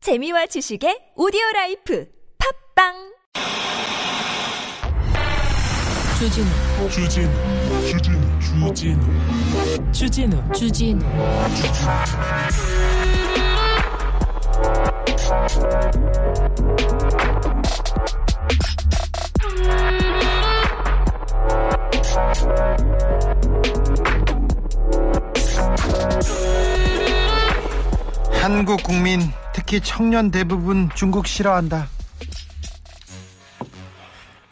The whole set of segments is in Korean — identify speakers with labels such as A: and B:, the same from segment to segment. A: 재미와 지식의 오디오 라이프 팝빵
B: 주진우
C: 주진우 주진우 주진우
B: 주진우 주진우
D: 한국 국민 특히 청년 대부분 중국 싫어한다.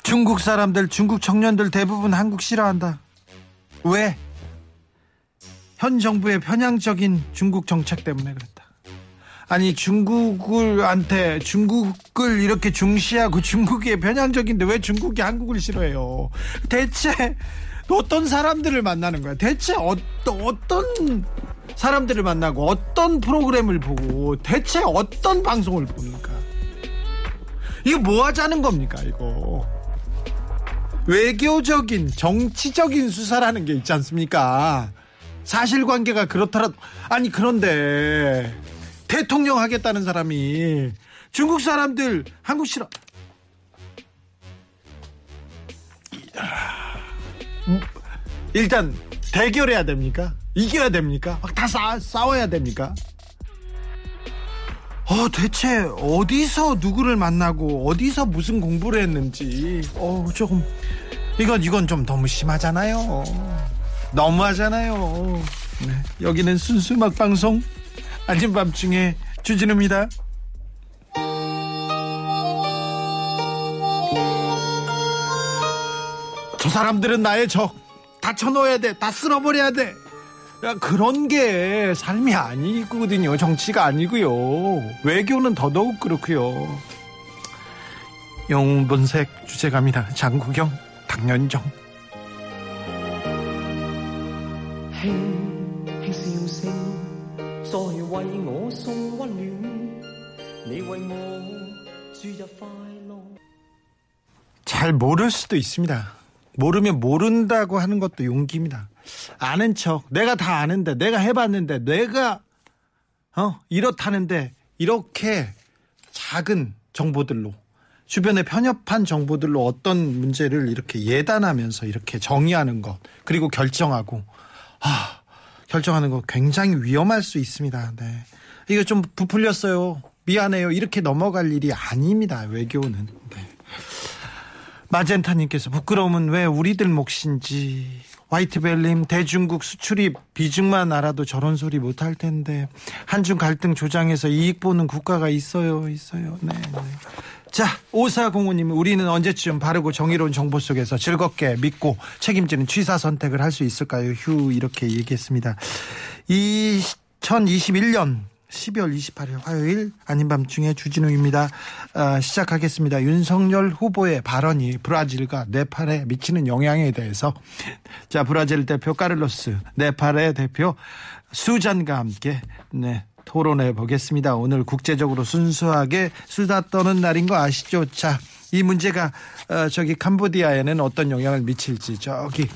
D: 중국 사람들, 중국 청년들 대부분 한국 싫어한다. 왜? 현 정부의 편향적인 중국 정책 때문에 그랬다. 아니 중국을한테 중국을 이렇게 중시하고 중국이 편향적인데 왜 중국이 한국을 싫어해요? 대체 어떤 사람들을 만나는 거야? 대체 어, 어떤 사람들을 만나고 어떤 프로그램을 보고 대체 어떤 방송을 봅니까? 이거 뭐 하자는 겁니까 이거? 외교적인 정치적인 수사라는 게 있지 않습니까? 사실관계가 그렇더라도 아니 그런데 대통령 하겠다는 사람이 중국 사람들 한국 싫어 일단 대결해야 됩니까? 이겨야 됩니까? 막 다 싸워야 됩니까? 어, 대체 어디서 누구를 만나고 어디서 무슨 공부를 했는지 어, 조금 이건 이건 좀 너무 심하잖아요. 너무하잖아요. 네, 여기는 순수 음악 방송 아침 밤중에 주진우입니다. 저 사람들은 나의 적. 다 쳐놓아야 돼. 다 쓸어버려야 돼. 야, 그런 게 삶이 아니거든요. 정치가 아니고요. 외교는 더더욱 그렇고요. 영웅본색 주제갑니다. 장국영, 당연정.
E: 輕輕笑聲，再為我送溫暖，你為我注入快樂。
D: 잘 모를 수도 있습니다. 모르면 모른다고 하는 것도 용기입니다. 아는 척, 내가 다 아는데, 내가 해봤는데, 내가, 어, 이렇다는데, 이렇게 작은 정보들로, 주변에 편협한 정보들로 어떤 문제를 이렇게 예단하면서 이렇게 정의하는 것, 그리고 결정하고, 아, 결정하는 거 굉장히 위험할 수 있습니다. 네. 이거 좀 부풀렸어요. 미안해요. 이렇게 넘어갈 일이 아닙니다. 외교는. 네. 마젠타님께서 부끄러움은 왜 우리들 몫인지 화이트벨님 대중국 수출입 비중만 알아도 저런 소리 못할 텐데 한중 갈등 조장에서 이익 보는 국가가 있어요 있어요 네, 네. 자 오사공우님 우리는 언제쯤 바르고 정의로운 정보 속에서 즐겁게 믿고 책임지는 취사 선택을 할 수 있을까요 휴 이렇게 얘기했습니다 2021년 12월 28일 화요일 아닌 밤중에 주진우입니다. 아, 시작하겠습니다. 윤석열 후보의 발언이 브라질과 네팔에 미치는 영향에 대해서 자 브라질 대표 카를로스 네팔의 대표 수잔과 함께 네, 토론해 보겠습니다. 오늘 국제적으로 순수하게 수다 떠는 날인 거 아시죠? 자. 이 문제가 어, 저기 캄보디아에는 어떤 영향을 미칠지 저기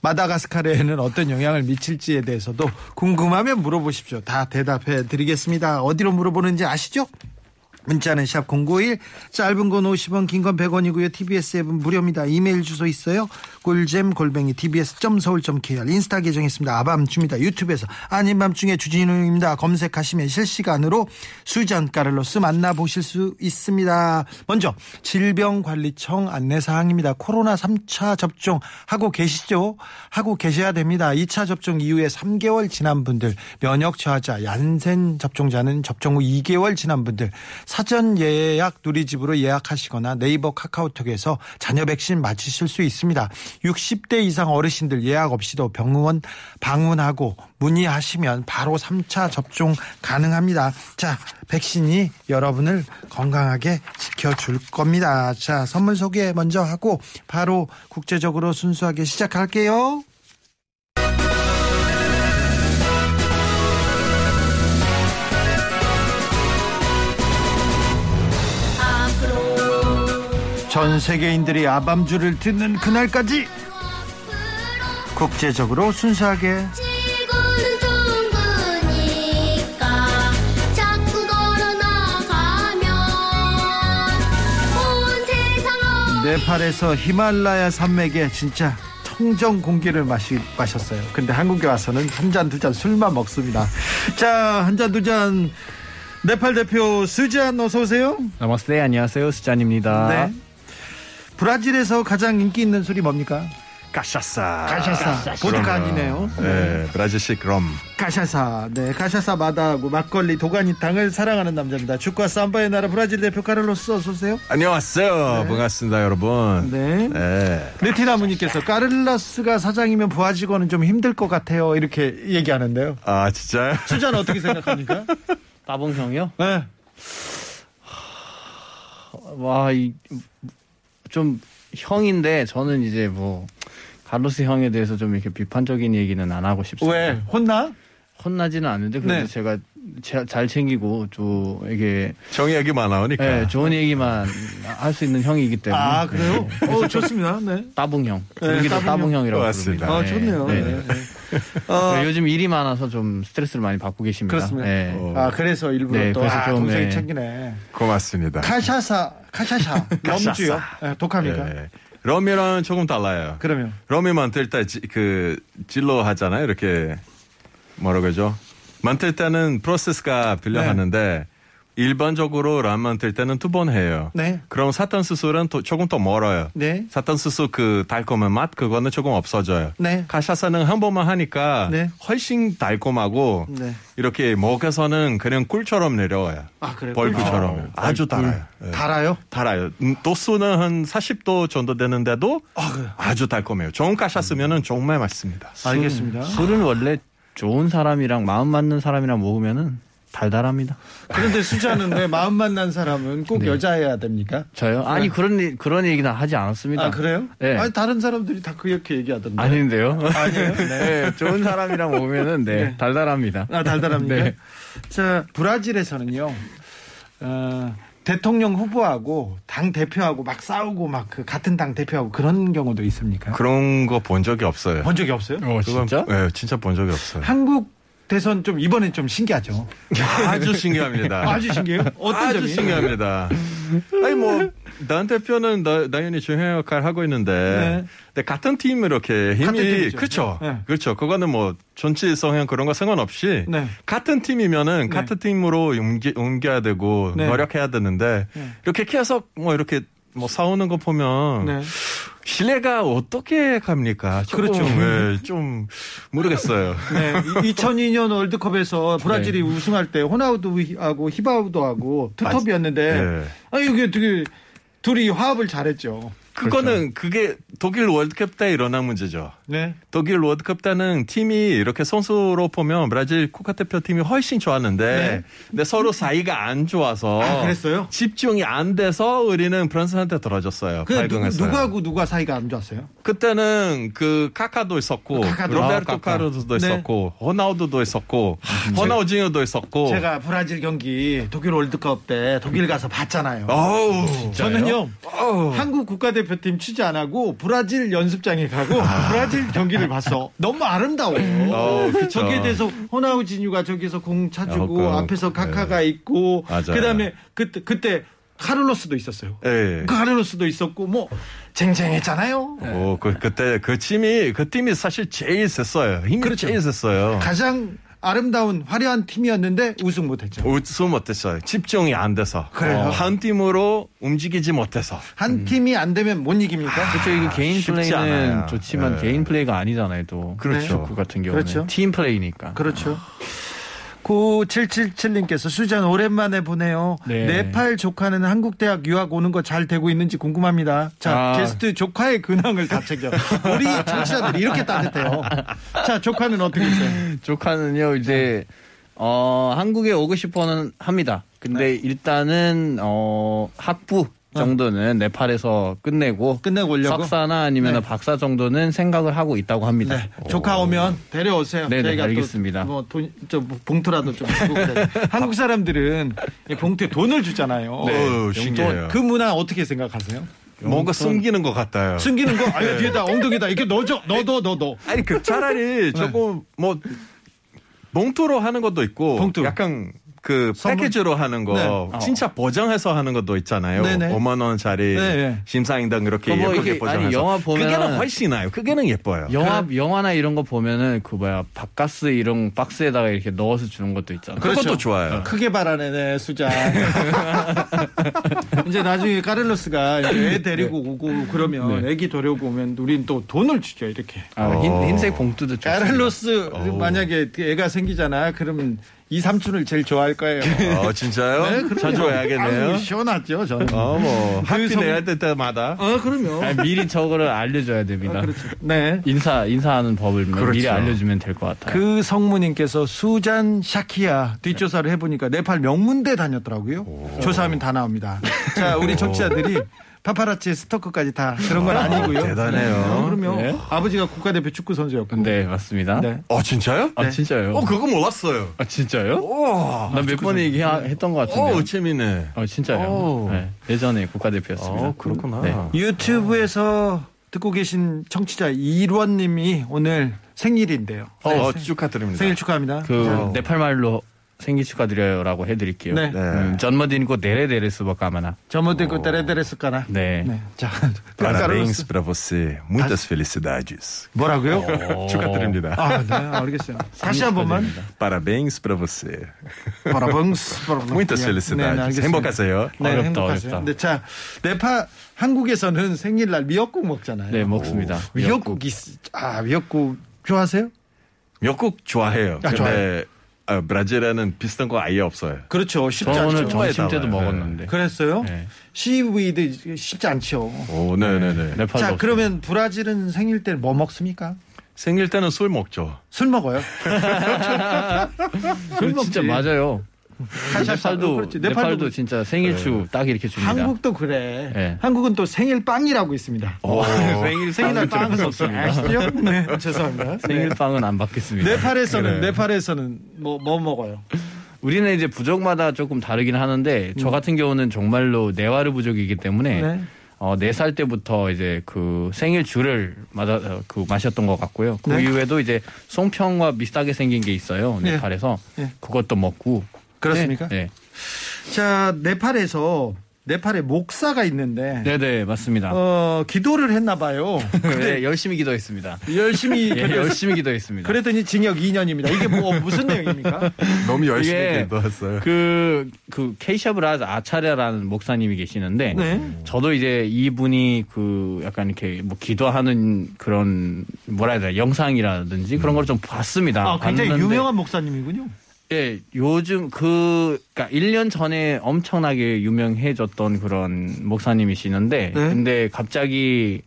D: 마다가스카르에는 어떤 영향을 미칠지에 대해서도 궁금하면 물어보십시오. 다 대답해 드리겠습니다. 어디로 물어보는지 아시죠? 문자는 샵 091, 짧은 건 50원, 긴 건 100원이고요. TBS 앱은 무료입니다. 이메일 주소 있어요. 꿀잼 골뱅이 tbs.서울.kr 인스타 계정 있습니다. 아밤주입니다. 유튜브에서 아닌 밤중에 주진우입니다. 검색하시면 실시간으로 수잔 까를로스 만나보실 수 있습니다. 먼저 질병관리청 안내사항입니다. 코로나 3차 접종 하고 계시죠? 하고 계셔야 됩니다. 2차 접종 이후에 3개월 지난 분들, 면역 저하자, 얀센 접종자는 접종 후 2개월 지난 분들, 사전 예약 누리집으로 예약하시거나 네이버 카카오톡에서 자녀 백신 맞으실 수 있습니다. 60대 이상 어르신들 예약 없이도 병원 방문하고 문의하시면 바로 3차 접종 가능합니다. 자, 백신이 여러분을 건강하게 지켜줄 겁니다. 자, 선물 소개 먼저 하고 바로 국제적으로 순수하게 시작할게요. 전 세계인들이 아밤주를 듣는 그날까지 국제적으로 순수하게
F: 지구는 둥그니까 자꾸 걸어 나가
D: 네팔에서 히말라야 산맥에 진짜 청정 공기를 마시, 마셨어요. 근데 한국에 와서는 한 잔 두 잔 술만 먹습니다. 자, 한 잔 두 잔 네팔 대표 스잔 어서 오세요.
F: 나마스테 안녕하세요 수잔입니다.
D: 네. 브라질에서 가장 인기 있는 술이 뭡니까?
F: 가샤사.
D: 가샤사. 보드카 아니네요.
F: 네, 브라질식 럼.
D: 가샤사. 네, 가샤사 마다하고 막걸리 도가니탕을 사랑하는 남자입니다. 축구와 삼바의 나라 브라질 대표 카를로스 어서 오세요.
F: 안녕하세요. 반갑습니다, 여러분.
D: 네.
F: 네.
D: 네티나무님께서 카를라스가 사장이면 부하 직원은 좀 힘들 것 같아요. 이렇게 얘기하는데요.
F: 아, 진짜요?
D: 수잔 어떻게 생각합니까?
G: 따봉 형이요?
D: 네.
G: 와, 이, 좀 형인데 저는 이제 뭐 가로스 형에 대해서 좀 이렇게 비판적인 얘기는 안 하고 싶습니다.
D: 왜 혼나?
G: 혼나지는 않는데 그래도
D: 네.
G: 제가 제- 잘 챙기고 좀 이게
F: 정이 많이 나오니까.
D: 네,
G: 예, 좋은 얘기만 할 수 있는 형이기 때문에 예.
D: 아 그래요? 어 좋습니다. 네.
G: 따봉 형.
D: 네,
G: 여기도
D: 따봉
G: 따봉 형이라고
F: 맞습니다.
G: 부릅니다.
D: 아
G: 네,
D: 좋네요.
G: 네,
D: 네,
G: 네.
D: 네. 어,
G: 요즘 일이 많아서 좀 스트레스를 많이 받고 계십니다.
D: 그렇습니다.
G: 예.
F: 어.
D: 아 그래서 일부러
G: 네,
D: 또
G: 그래서
D: 아,
G: 좀,
D: 동생이
G: 네.
D: 챙기네.
F: 고맙습니다.
D: 카샤사, 카샤샤, 염주요. 네, 독합니까?
F: 예. 럼이랑 조금 달라요.
D: 그러면
F: 럼이 만들 때 그 찔러 하잖아요. 이렇게 뭐라 그러죠? 만들 때는 프로세스가 빌려
D: 네.
F: 하는데 일반적으로 람 만들 때는 두 번 해요.
D: 네.
F: 그럼 사탄수수는 또- 조금 더 멀어요.
D: 네.
F: 사탄수수 그 달콤한 맛 그거는 조금 없어져요.
D: 네.
F: 가샤사는 한 번만 하니까
D: 네.
F: 훨씬 달콤하고
D: 네.
F: 이렇게 먹어서는 그냥 꿀처럼 내려와요.
D: 아, 그래요?
F: 벌꿀처럼
D: 꿀?
F: 아주 달아요.
D: 네.
F: 예.
D: 달아요?
F: 달아요. 음, 도수는 한 40도 정도 되는데도
D: 그.
F: 아주 달콤해요. 좋은 가샤 쓰면은 정말 맛있습니다.
D: 아, 알겠습니다.
G: 술은 원래 좋은 사람이랑 마음 맞는 사람이랑 먹으면은 달달합니다.
D: 그런데 수지하는 왜 마음 만난 사람은 꼭 여자여야 됩니까?
G: 저요? 아니 그런 일- 그런 얘기는 하지 않았습니다.
D: 네. 아 그래요?
G: 네.
D: 아니 다른 사람들이 다 그렇게 얘기하던데.
G: 아닌데요.
D: 아니에요?
G: 네, 좋은 사람이랑 먹으면은 네, 달달합니다.
D: 아 달달합니까?
G: 네.
D: 자 브라질에서는요. 어, 대통령 후보하고 당 대표하고 막 싸우고 막 그 같은 당 대표하고 그런 경우도 있습니까?
F: 그런 거 본 적이 없어요.
D: 본 적이 없어요?
F: 그건-
G: 진짜?
F: 예, 진짜 본 적이 없어요.
D: 한국 대선 좀 이번엔 좀 신기하죠.
F: 아주 신기합니다.
D: 아주 신기해요. 어떤
F: 아주
D: 점이?
F: 신기합니다. 아니 뭐난 대표는 나- 당연히 중요한 역할 하고 있는데
D: 네.
F: 근데 같은 팀 이렇게 힘이
D: 같은 팀이죠.
F: 그렇죠,
D: 네.
F: 그렇죠. 그거는 뭐 정치 성향 그런 거 상관없이
D: 네.
F: 같은 팀이면은 같은 팀으로 옮겨, 야 되고
D: 네.
F: 노력해야 되는데 이렇게 계속 뭐 이렇게 뭐 싸우는 거 보면
D: 네.
F: 신뢰가 어떻게 갑니까? 조금,
D: 그렇죠.
F: 예, 좀 모르겠어요.
D: 네, 2002년 월드컵에서
F: 네.
D: 브라질이 우승할 때 호나우두하고 히바우도하고 투톱이었는데
F: 네.
D: 아 이게 되게 둘이 화합을 잘했죠. 그렇죠.
F: 그거는 그게 독일 월드컵 때 일어난 문제죠.
D: 네.
F: 독일 월드컵 때는 팀이 이렇게 선수로 보면 브라질 국가대표 팀이 훨씬 좋았는데
D: 네.
F: 근데 서로 사이가 안 좋아서
D: 아, 그랬어요?
F: 집중이 안 돼서 우리는 프랑스한테 떨어졌어요.
D: 그 누,
F: 발등했어요.
D: 누구하고 누가 사이가 안 좋았어요?
F: 그때는 그 카카도 있었고
D: 카카도.
F: 로베르토
D: 아, 카카.
F: 카르도도
D: 네. 아,
F: 있었고 호나우도도 있었고 호나우징호도 있었고
D: 제가 브라질 경기 독일 월드컵 때 독일 가서 봤잖아요.
F: 어우
D: 저는요 한국 국가대표팀 취재 안 하고 브라질 연습장에 가고 브라질 경기를 봤어. 너무 아름다워요.
F: 아. 어, 그쵸.
D: 저기에 대해서 호나우지뉴가 저기서 공 차주고
F: 어, 그,
D: 앞에서
F: 네.
D: 카카가 있고
F: 맞아요.
D: 그다음에 그때 그때 카를로스도 있었어요. 그
F: 예.
D: 카를로스도 있었고 뭐 쟁쟁했잖아요.
F: 오, 그, 그때 그 팀이 그 팀이 사실 제일 셌어요. 힘이 제일 셌어요.
D: 그렇죠. 가장 아름다운 화려한 팀이었는데 우승 못했죠.
F: 웃음 못했어요. 집중이 안 돼서.
D: 그래요? 네.
F: 어, 한 팀으로 움직이지 못해서.
D: 한 팀이 안 되면 못
F: 아,
D: 이깁니까?
G: 그렇죠. 이거 개인
F: 쉽지
G: 플레이는
F: 않아요.
G: 좋지만
F: 예.
G: 개인 플레이가 아니잖아요. 또
F: 그렇죠.
G: 축구 같은 경우는
D: 그렇죠.
G: 팀 플레이니까.
D: 그렇죠. 9777님께서 수잔 오랜만에 보네요.
G: 네.
D: 네. 팔 조카는 한국 대학 유학 오는 거 잘 되고 있는지 궁금합니다. 자,
G: 아.
D: 게스트 조카의 근황을 다 챙겨. 우리 정치자들이 이렇게 따뜻해요. 자, 조카는 어떻게 있어요?
G: 조카는요 이제 어, 한국에 오고 싶어는 합니다. 근데 일단은 어, 학부 정도는 네팔에서 끝내고
D: 끝내고 오려고?
G: 석사나 아니면
D: 네.
G: 박사 정도는 생각을 하고 있다고 합니다.
D: 네, 조카 오면 데려오세요.
G: 네네,
D: 저희가
G: 알겠습니다.
D: 또뭐돈좀 봉투라도 좀 주고 그래요. 한국 사람들은 이 봉투에 돈을 주잖아요.
G: 네,
F: 어우, 신기해요.
D: 그 문화 어떻게 생각하세요?
F: 뭔가 숨기는 것 같아요.
D: 숨기는 거 아예 뒤에다 엉덩이다 이렇게 넣어줘 넣어둬 넣어둬
F: 아니,
G: 네.
F: 그 차라리 조금 뭐, 봉투로 하는 것도 있고,
D: 봉투.
F: 약간 그
D: 선물-
F: 패키지로 하는 거
D: 네.
F: 진짜 보정해서 하는 것도 있잖아요.
D: 네네.
F: 5만 원짜리
D: 네, 네.
F: 심사인당 이렇게
G: 어, 뭐
F: 예쁘게
G: 이게-
F: 보정해서
G: 아니, 영화 보면은-
F: 그게는 훨씬 나요. 그게는 예뻐요.
G: 영화 영화나 이런 거 보면은 그 뭐야 밥가스 이런 박스에다가 이렇게 넣어서 주는 것도 있잖아.
F: 그것도 좋아요.
D: 크게 바라네, 네, 수잔. 이제 나중에 카를로스가 이제 애 데리고 오고 그러면 애기 데리고 오면 우린 또 돈을 주죠, 이렇게.
G: 아, 흰, 흰색 봉투도 좋아.
D: 카를로스 만약에 그 애가 생기잖아. 그러면 이 삼촌을 제일 좋아할 거예요.
F: 어, 진짜요?
D: 그럼요.
F: 자주
D: 아유,
F: 와야겠네요.
D: 시원하죠, 저는.
F: 어, 뭐 학비
D: 성-
F: 내야 될 때마다
D: 어, 그럼요.
G: 아니, 미리 저거를 알려줘야 됩니다.
D: 네.
G: 인사 인사하는 법을 미리
F: 그렇죠.
G: 알려주면 될 것 같아요.
D: 그 성모님께서 수잔 샤키야 뒷조사를 해보니까 네팔 명문대 다녔더라고요. 조사하면 다 나옵니다. 자, 우리 청취자들이 파파라치 스토커까지 다 그런 건 아니고요.
F: 대단해요.
D: 어, 그럼요.
G: 네.
D: 아버지가 국가대표 축구 선수였고.
G: 네 맞습니다.
D: 그 네.
F: 어 진짜요?
G: 아 진짜요?
F: 어 그거 몰랐어요.
G: 아 진짜요?
F: 우와.
G: 나 몇 번 얘기했던 것 같은데.
F: 오 재밌네.
G: 어
F: 오.
G: 진짜요? 네, 예전에 국가대표였습니다.
F: 어 그렇구나.
G: 네.
D: 유튜브에서 듣고 계신 청취자 이원님이 오늘 생일인데요.
F: 어,
D: 네,
F: 어,
D: 생-
F: 축하드립니다.
D: 생일 축하합니다.
G: 그 네팔 말로 생일 축하드려요라고 해드릴게요. 음,
D: 네.
F: 네.
G: 전머딘고 네레데레스버 까마나.
D: 저모들고 따레데레스까나.
G: 네.
D: 네. 자,
F: Parabéns para você. Muitas felicidades.
D: 뭐라고요?
F: 어. 축하드립니다.
D: 아, 네, 알겠어요. 다시 한 번만.
F: Parabéns para você.
D: 바라봉스, 바라봉스. 예. 네,
F: Muitas felicidades.
D: 알겠습니다.
F: 행복하세요.
D: 네,
G: 어렵다,
D: 행복하세요.
G: 어렵다.
D: 근데 자, 네파 한국에서는 생일날 미역국 먹잖아요.
G: 네 먹습니다.
D: 미역국이 있- 아, 미역국 좋아하세요?
F: 역국 좋아해요.
D: 아,
F: 근데
D: 좋아요.
F: 아, 브라질에는 비슷한 거 아예 없어요.
D: 그렇죠. 쉽지
G: 저 오늘
D: 않죠.
G: 점심 때도
F: 네.
G: 먹었는데.
D: 그랬어요?
G: 네.
D: 시위드 쉽지 않죠.
F: 오, 네네네.
G: 네팔도
D: 자,
G: 없어요.
D: 그러면 브라질은 생일 때 뭐 먹습니까?
F: 생일 때는 술 먹죠.
D: 술 먹어요. 술
G: 그거
D: 먹지.
G: 진짜 맞아요.
D: 어,
G: 네팔도
D: 그렇지.
G: 네팔도,
D: 네팔도
G: 진짜 생일 축딱 이렇게 줍니다.
D: 한국도 그래.
G: 네.
D: 한국은 또 생일 빵이라고 있습니다.
F: 어,
G: 생일
D: 생일날 빵은 없습니다. 어, 아시죠? 네, 죄송합니다.
G: 생일
D: 네.
G: 빵은 안 받겠습니다.
D: 네팔에서는 네팔에서는 뭐 뭐 먹어요?
G: 우리는 이제 부족마다 조금 다르긴 하는데 저 같은 경우는 정말로 네와르 부족이기 때문에
D: 음. 네.
G: 어, 4살 때부터 이제 그 생일 주를 맞아, 어, 그 마셨던 것 같고요. 그
D: 네.
G: 이후에도 이제 송편과 비슷하게 생긴 게 있어요.
D: 예.
G: 네팔에서.
D: 예.
G: 그것도 먹고.
D: 그렇습니까?
G: 네.
D: 자, 네팔에서 네팔에 목사가 있는데
G: 네, 네, 맞습니다.
D: 어, 기도를 했나 봐요.
G: 네, 열심히 기도했습니다.
D: 열심히
G: 예, 열심히 기도했습니다.
D: 그랬더니 징역 2년입니다. 이게 뭐 무슨 내용입니까?
F: 너무
G: 이게
F: 열심히 기도했어요.
G: 그, 그, 케이샤브라즈 아차랴라는 목사님이 계시는데,
D: 네.
G: 저도 이제 이분이 그 약간 이렇게 뭐 기도하는 그런 뭐라 해야 되나 영상이라든지 그런 걸 좀 봤습니다.
D: 아, 굉장히
G: 봤는데
D: 유명한 목사님이군요.
G: 예, 요즘 그, 그니까 1년 전에 엄청나게 유명해졌던 그런 목사님이시는데,
D: 네.
G: 근데 갑자기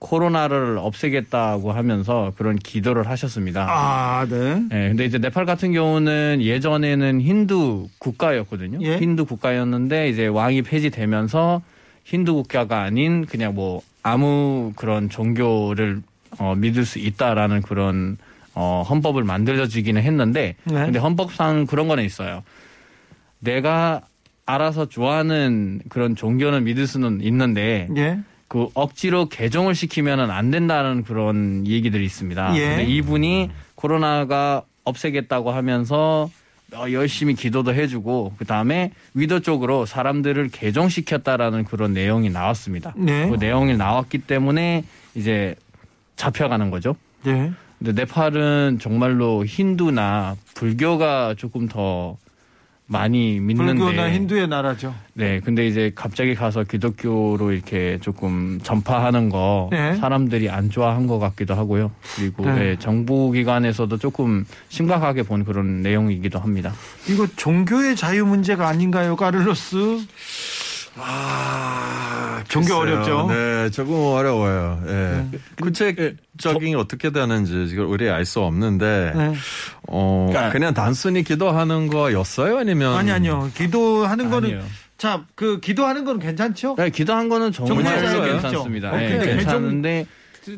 G: 코로나를 없애겠다고 하면서 그런 기도를 하셨습니다.
D: 아, 네.
G: 예, 근데 이제 네팔 같은 경우는 예전에는 힌두 국가였거든요.
D: 예.
G: 힌두 국가였는데 이제 왕이 폐지되면서 힌두 국가가 아닌 그냥 뭐 아무 그런 종교를 어, 믿을 수 있다라는 그런 어, 헌법을 만들어지기는 했는데
D: 네.
G: 근데 헌법상 그런 거는 있어요. 내가 알아서 좋아하는 그런 종교는 믿을 수는 있는데
D: 예.
G: 그 억지로 개종을 시키면은 안 된다는 그런 얘기들이 있습니다.
D: 예.
G: 근데 이분이 코로나가 없애겠다고 하면서 어, 열심히 기도도 해주고 그 다음에 위도 쪽으로 사람들을 개종시켰다라는 그런 내용이 나왔습니다.
D: 네.
G: 그 내용이 나왔기 때문에 이제 잡혀가는 거죠.
D: 예.
G: 근데 네팔은 정말로 힌두나 불교가 조금 더 많이 믿는데
D: 불교나 힌두의 나라죠.
G: 네, 근데 이제 갑자기 가서 기독교로 이렇게 조금 전파하는 거
D: 네.
G: 사람들이 안 좋아한 것 같기도 하고요. 그리고
D: 네.
G: 네, 정부기관에서도 조금 심각하게 본 그런 내용이기도 합니다.
D: 이거 종교의 자유 문제가 아닌가요, 카를로스?
F: 아,
D: 종교
F: 글쎄요.
D: 어렵죠?
F: 네, 조금 어려워요. 예. 구체적인 어떻게 되는지 지금 우리 알 수 없는데,
D: 네.
F: 어,
G: 그러니까-
F: 그냥 단순히 기도하는 거였어요? 아니면
D: 아니 아니요. 기도하는 거는
G: 아니에요.
D: 자, 그 기도하는 건 괜찮죠?
G: 네, 기도한 거는 정말로
D: 정말로요? 어,
G: 괜찮습니다.
D: 오케이.
G: 네, 괜찮은데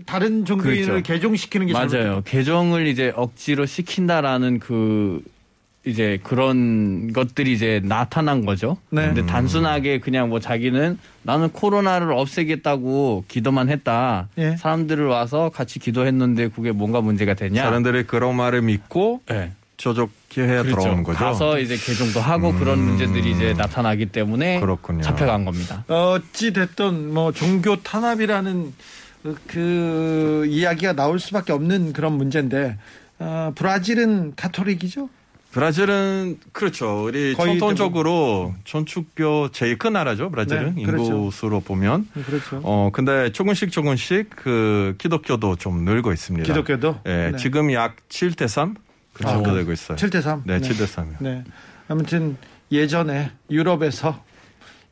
D: 다른 종교인을
G: 그렇죠.
D: 개종시키는 게
G: 맞아요. 개정을 이제 억지로 시킨다라는 그 이제 그런 것들이 이제 나타난 거죠.
D: 네.
F: 음.
G: 근데 단순하게 그냥 뭐 자기는 나는 코로나를 없애겠다고 기도만 했다.
D: 예.
G: 사람들을 와서 같이 기도했는데 그게 뭔가 문제가 되냐?
F: 사람들이 그런 말을 믿고
G: 네.
F: 조족해 들어온 거죠. 음.
G: 가서 이제 개종도 하고 그런 문제들이 이제 나타나기 때문에
F: 그렇군요.
G: 잡혀간 겁니다.
D: 어찌 됐든 뭐 종교 탄압이라는 그 이야기가 나올 수밖에 없는 그런 문제인데 어, 브라질은 가톨릭이죠?
F: 브라질은 그렇죠. 우리
D: 거의
F: 전통적으로 천축교 제일 큰 나라죠. 브라질은
D: 네, 그렇죠.
F: 인구수로 보면.
D: 그렇죠.
F: 어 근데 조금씩 조금씩 그 기독교도 좀 늘고 있습니다.
D: 기독교도?
F: 예,
D: 네.
F: 지금 약 7대 3 그 정도
D: 아,
F: 되고 있어요.
D: 7대 3.
F: 네, 7대 3이요.
D: 네. 아무튼 예전에 유럽에서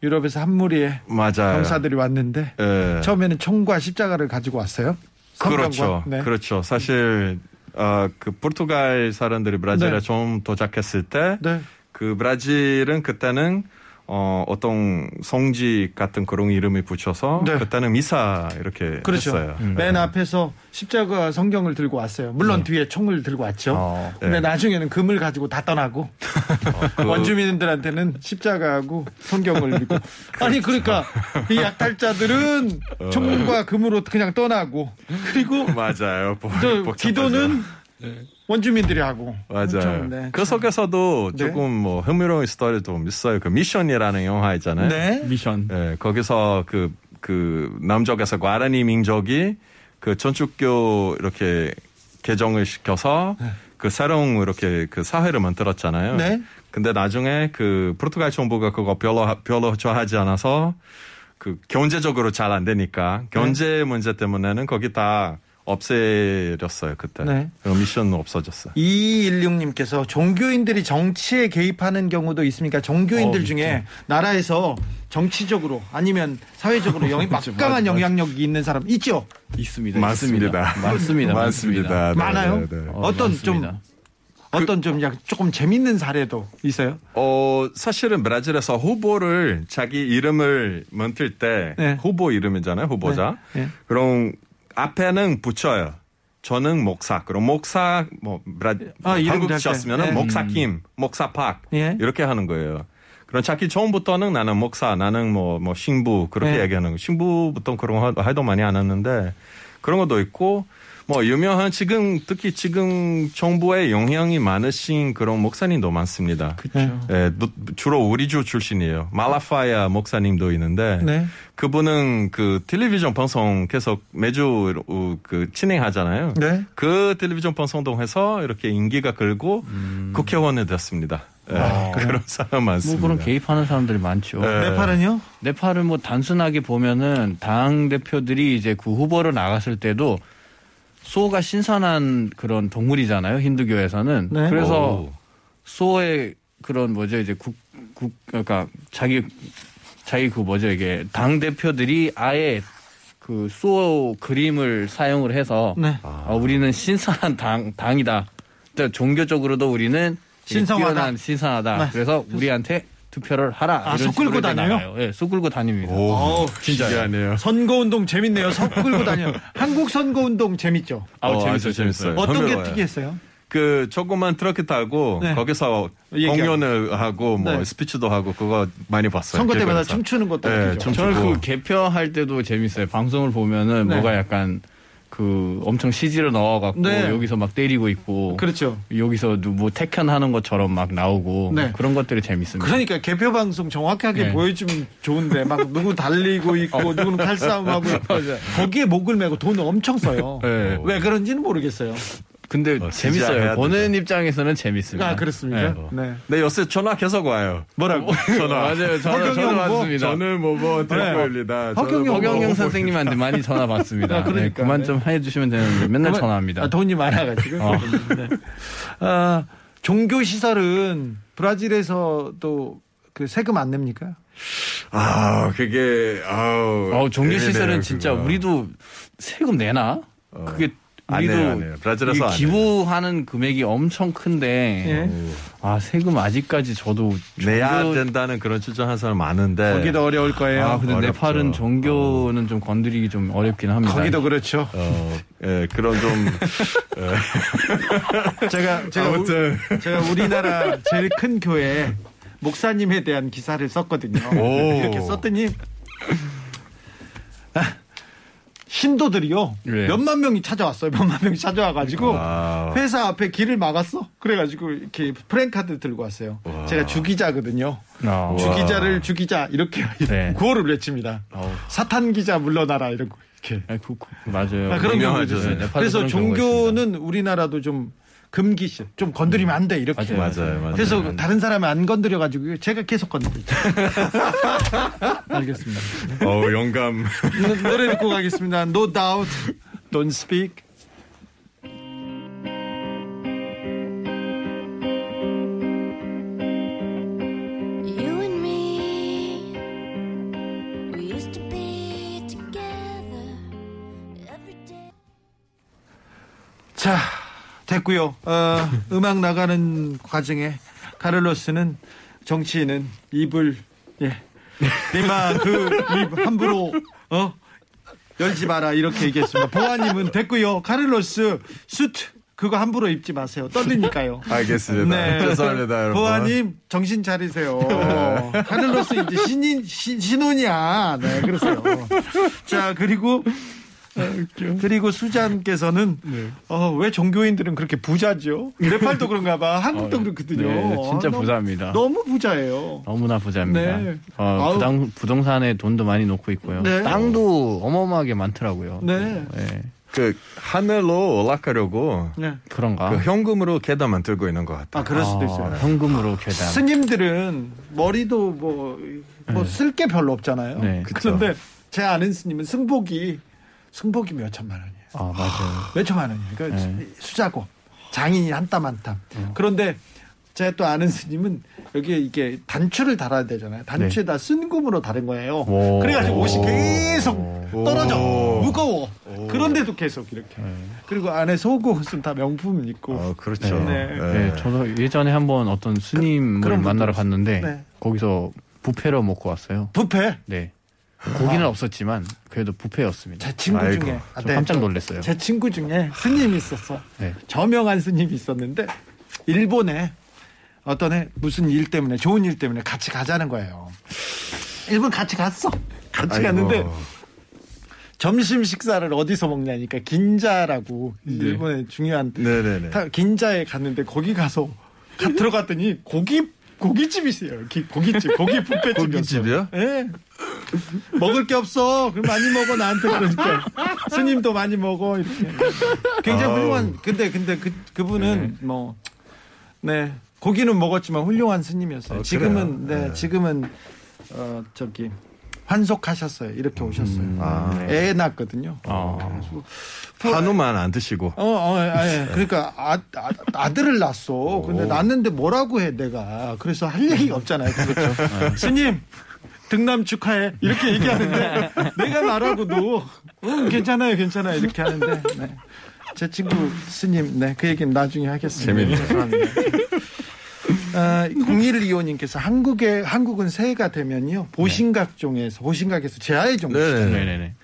D: 유럽에서 한 무리의
F: 맞아요.
D: 병사들이 왔는데
F: 예.
D: 처음에는 총과 십자가를 가지고 왔어요.
F: 그렇죠.
D: 성경과. 네.
F: 그렇죠. 사실 어, 그 포르투갈 사람들이 브라질에
D: 네.
F: 처음 도착했을 때 그
D: 네.
F: 브라질은 그때는 어, 어떤 성지 같은 그런 이름을 붙여서
D: 네.
F: 그때는 미사 이렇게
D: 그렇죠.
F: 했어요. 네.
D: 맨 앞에서 십자가 성경을 들고 왔어요. 물론 뒤에 총을 들고 왔죠.
F: 어,
D: 근데
F: 네.
D: 나중에는 금을 가지고 다 떠나고
F: 그-
D: 원주민들한테는 십자가하고 성경을 믿고
F: 그렇죠.
D: 아니 그러니까 이 약탈자들은
F: 어.
D: 총과 금으로 그냥 떠나고 그리고
F: 맞아요. 복-
D: 또
F: 복잡하죠. 네.
D: 기도는 원주민들이 하고
F: 맞아요.
D: 엄청, 네.
F: 그 속에서도
D: 네.
F: 조금 뭐 흥미로운 스토리도 있어요. 그 미션이라는 영화 있잖아요.
D: 네.
G: 미션.
F: 예, 거기서 그, 그, 남쪽에서 과라니 민족이 그 천주교 이렇게 개정을 시켜서 그 새로운 이렇게 그 사회를 만들었잖아요.
D: 네.
F: 근데 나중에 그 포르투갈 정부가 그거 별로, 하- 별로 좋아하지 않아서 그 경제적으로 잘 안 되니까 경제 문제 때문에는 거기 다 없애렸어요, 그때.
D: 네.
F: 그 미션은 없어졌어요.
D: 2216님께서 종교인들이 정치에 개입하는 경우도 있습니까? 종교인들
G: 어,
D: 중에 나라에서 정치적으로 아니면 사회적으로 영, 막강한 영향력이 있는 사람 있죠?
G: 있습니다.
F: 많습니다.
G: 많습니다. 많습니다.
F: 많습니다. 네,
D: 많아요?
F: 네, 네. 그
G: 어,
D: 어떤
G: 많습니다.
D: 좀 어떤 좀 약간 조금 재밌는 사례도 있어요?
F: 어, 사실은 브라질에서 후보를 자기 이름을 만들 때
D: 네.
F: 후보 이름이잖아요, 후보자.
D: 네, 네.
F: 그럼 앞에는 붙여요. 저는 목사. 그럼 목사 뭐 브라
D: 아, 이름
F: 한국
D: 잘
F: 지었으면은
D: 때. 네.
F: 목사 김, 목사 박
D: 예.
F: 이렇게 하는 거예요. 그럼 자기 처음부터는 나는 목사, 나는 뭐 뭐 신부 그렇게
D: 네.
F: 얘기하는 거. 신부부터 그런 거 하- 하도 많이 안 하는데 그런 것도 있고 뭐 유명한 지금 특히 지금 정부에 영향이 많으신 그런 목사님도 많습니다.
D: 네.
F: 예, 노- 주로 우리주 출신이에요. 말라파야 목사님도 있는데
D: 네.
F: 그분은 그 텔레비전 방송 계속 매주 어, 그 진행하잖아요.
D: 네.
F: 그 텔레비전 방송도 해서 이렇게 인기가 끌고
D: 음.
F: 국회의원이 됐습니다. 예,
D: 아,
F: 그런 사람
G: 뭐
F: 많습니다.
G: 그런 개입하는 사람들이 많죠.
F: 네.
D: 네팔은요?
G: 네팔은 뭐 단순하게 보면은 당 대표들이 이제 그 후보로 나갔을 때도 소가 신선한 그런 동물이잖아요. 힌두교에서는.
D: 네.
G: 그래서
F: 오.
G: 소의 그런 뭐죠 이제 국, 국 그러니까 자기 자기 그 뭐죠 이게 당 대표들이 아예 그 소 그림을 사용을 해서
D: 네.
G: 어, 우리는 신선한 당 당이다. 그러니까 종교적으로도 우리는 이게
D: 신성하다.
G: 뛰어난 신선하다.
D: 네.
G: 그래서 우리한테 투표를 하라.
D: 아,
G: 이런
D: 소 끌고
G: 식으로 이제
D: 다녀요?
G: 나가요. 예, 소 끌고 다닙니다.
D: 아.
F: 오,
G: 진짜요.
F: 신기하네요.
D: 선거운동 재밌네요. 석 끌고 다녀요. 한국 선거운동 재밌죠?
G: 아우,
F: 어,
G: 재밌어요,
F: 아주 재밌어요.
D: 어떤 게
F: 흥미로워요.
D: 특이했어요?
F: 그 조그만 트럭 타고
D: 네.
F: 거기서
D: 얘기하고.
F: 공연을 하고 뭐
D: 네.
F: 스피치도 하고 그거 많이 봤어요.
D: 선거 때마다
F: 길거리에서.
D: 춤추는 것도
F: 네,
D: 웃기죠.
F: 춤추고.
G: 저는 그 개표할 때도 재밌어요. 방송을 보면은
D: 네.
G: 뭐가 약간 그 엄청 CG를 넣어갖고
D: 네.
G: 여기서 막 때리고 있고
D: 그렇죠.
G: 여기서 누- 뭐 태현하는 것처럼 막 나오고 뭐
D: 네.
G: 그런 것들이 재밌습니다.
D: 그러니까 개표 방송 정확하게
G: 네. 어.
D: 보여주면 좋은데 막 누구 달리고 있고 누구는 칼싸움하고 거기에 목을 메고 돈을 엄청 써요.
G: 네.
D: 왜 그런지는 모르겠어요.
G: 근데
F: 어, 진지해야
G: 재밌어요. 보는 입장에서는 재밌습니다.
D: 아 그렇습니까?
G: 네. 어,
D: 네.
F: 네, 요새 전화 계속 와요.
D: 뭐라고?
F: 전화.
G: 맞아요.
D: 허경영
G: 저는
D: 뭐,
G: 저는
D: 네.
G: 왔습니다.
F: 저는 뭐뭐 대표입니다.
D: 허경영 뭐,
G: 허경영 선생님한테 많이 전화 받습니다.
D: 아, 그러니까.
G: 네, 그만
D: 네.
G: 좀 해주시면 되는데 맨날 전화합니다. 어.
D: 아, 돈이 많아가지고. 네. 아, 종교 시설은 브라질에서도 그 세금 안 냅니까?
F: 아, 그게 아우.
G: 어, 종교 시설은
F: 애매해요,
G: 진짜
F: 그거. 어,
G: 우리도 세금 내나? 그게
F: 안
G: 우리도
F: 내요, 안 내요. 브라질에서
G: 이
F: 안
G: 기부하는 금액이 엄청 큰데
D: 예.
G: 아 세금 아직까지 저도
F: 내야
G: 종교-
F: 된다는 그런 추정하는 사람 많은데.
D: 거기도 어려울 거예요.
G: 아 근데
F: 어렵죠.
G: 네팔은 종교는 좀 건드리기 좀 어렵긴 합니다.
D: 거기도 그렇죠.
F: 어, 예, 그런 좀
D: 제가 제가 우-
F: 아무튼.
D: 제가 우리나라 제일 큰 교회 목사님에 대한 기사를 썼거든요.
F: 오.
D: 이렇게 썼더니 아, 신도들이요
G: 예.
D: 몇만 명이 찾아왔어요. 몇만 명이 찾아와가지고
F: 와우.
D: 회사 앞에 길을 막았어. 그래가지고 이렇게 프랭카드 들고 왔어요. 제가 주기자거든요.
G: 어.
D: 주기자를 주기자 이렇게
G: 네.
D: 구호를 외칩니다.
G: 어우.
D: 사탄 기자 물러나라 이러고 이렇게.
G: 아, 그, 그, 맞아요.
D: 아, 그런 경우
F: 유명하죠.
D: 있어요.
G: 네, 네팔도
D: 그래서
G: 그런 경우가
D: 종교는 우리나라도 좀 금기시, 좀 건드리면 안 돼 이렇게.
G: 맞아요.
F: 맞아요, 맞아요.
D: 그래서 다른 사람이 안 건드려가지고 제가 계속 건드리죠.
G: 알겠습니다.
F: 어우, 영감.
D: 노래 듣고 가겠습니다. No doubt, don't speak.
H: You and me, we used to be together every day.
D: 자, 됐고요. 어, 음악 나가는 과정에 카를로스는 정치인은 입을 예. 니마 그입 함부로 어 열지 마라 이렇게 얘기했습니다. 보아님은 됐고요. 카를로스 수트 그거 함부로 입지 마세요. 떨리니까요.
F: 알겠습니다.
G: 네,
D: 네.
F: 죄송합니다, 여러분.
D: 보아님 정신 차리세요.
G: 네.
D: 카를로스 이제 신인 신, 신혼이야. 네, 그러세요. 자 그리고 어, 그리고 수잔께서는
G: 네.
D: 어, 왜 종교인들은 그렇게 부자죠? 네팔도 그런가 봐. 한국도 그렇거든요.
G: 네, 진짜
D: 아, 너무-
G: 부자입니다.
D: 너무 부자예요.
G: 너무나 부자입니다.
D: 네. 아우.
G: 어, 부당, 부동산에 돈도 많이 놓고 있고요.
D: 네.
G: 땅도 어마어마하게 많더라고요.
D: 네.
G: 예,
F: 그, 하늘로 올라가려고
D: 네.
G: 그런가?
F: 그 현금으로 계단만 들고 있는 것 같아요.
D: 아 그럴 수도
G: 아,
D: 있어요.
G: 현금으로 계단.
D: 스님들은 머리도 뭐 쓸 게 별로 없잖아요.
G: 네, 그쵸.
D: 그런데 제 아는 스님은 승복이 승복이 몇 천만 원이에요.
G: 아, 맞아요.
D: 몇 천만 원이에요. 그러니까
F: 네.
D: 수- 수작업 장인이 한 땀 한 땀.
F: 어.
D: 그런데 제가 또 아는 스님은 여기에 이게 단추를 달아야 되잖아요.
F: 네.
D: 단추에다 순금으로 다른 거예요.
G: 오.
D: 그래가지고 옷이 계속 떨어져
F: 오. 네.
D: 무거워. 그런데도 계속 이렇게. 그리고 안에 속옷은 다 명품 입고.
F: 어, 그렇죠.
D: 네.
G: 네, 저도 예전에 한번 어떤 스님을
D: 그런
G: 만나러
D: 분도
G: 갔는데
D: 네.
G: 거기서 부페로 먹고 왔어요.
D: 부패.
G: 네. 고기는 없었지만 그래도 부페였습니다.
D: 제 친구
F: 아이고,
D: 중에 네,
G: 좀 깜짝 놀랐어요.
D: 제 친구 중에 스님이 있었어.
G: 네.
D: 저명한 스님이 있었는데 일본에 어떤 애 무슨 일 때문에 좋은 일 때문에 같이 가자는 거예요. 일본 같이 갔어. 같이
F: 아이고.
D: 갔는데 점심 식사를 어디서 먹냐니까 긴자라고 일본의 중요한
F: 네네네.
D: 타- 긴자에 갔는데 거기 가서 가- 들어갔더니 고기 고깃집이 있어요. 기- 고깃집, 고기 뷔페집이었어요.
F: 고깃집이요?
D: 예. 먹을 게 없어. 그럼 많이 먹어 나한테 그러니까 스님도 많이 먹어 이렇게. 굉장히
F: 아우.
D: 훌륭한. 근데 근데 그 그분은 뭐 네. 고기는 먹었지만 훌륭한 스님이었어요.
F: 어,
D: 지금은
F: 그래요?
D: 네,
F: 네.
D: 지금은 어 저기 환속하셨어요. 이렇게 오셨어요.
F: 아.
D: 애 낳았거든요.
G: 어,
F: 한우만 안 드시고.
D: 어, 어, 예, 예. 그러니까 아, 아, 아들을 낳았어. 근데 낳았는데 뭐라고 해 내가. 그래서 할 얘기가 없잖아요.
F: 네.
D: 그렇죠. 스님 등남 축하해 이렇게 얘기하는데 내가 말하고도 응, 괜찮아요, 괜찮아요 이렇게 하는데 네. 제 친구 스님, 네 그 얘기는 나중에 하겠습니다. 죄송합니다. 아, 0125님께서 한국에 한국은 새해가 되면요 보신각종에서 보신각에서 제아의 종식
F: 네네네.
G: 네네네.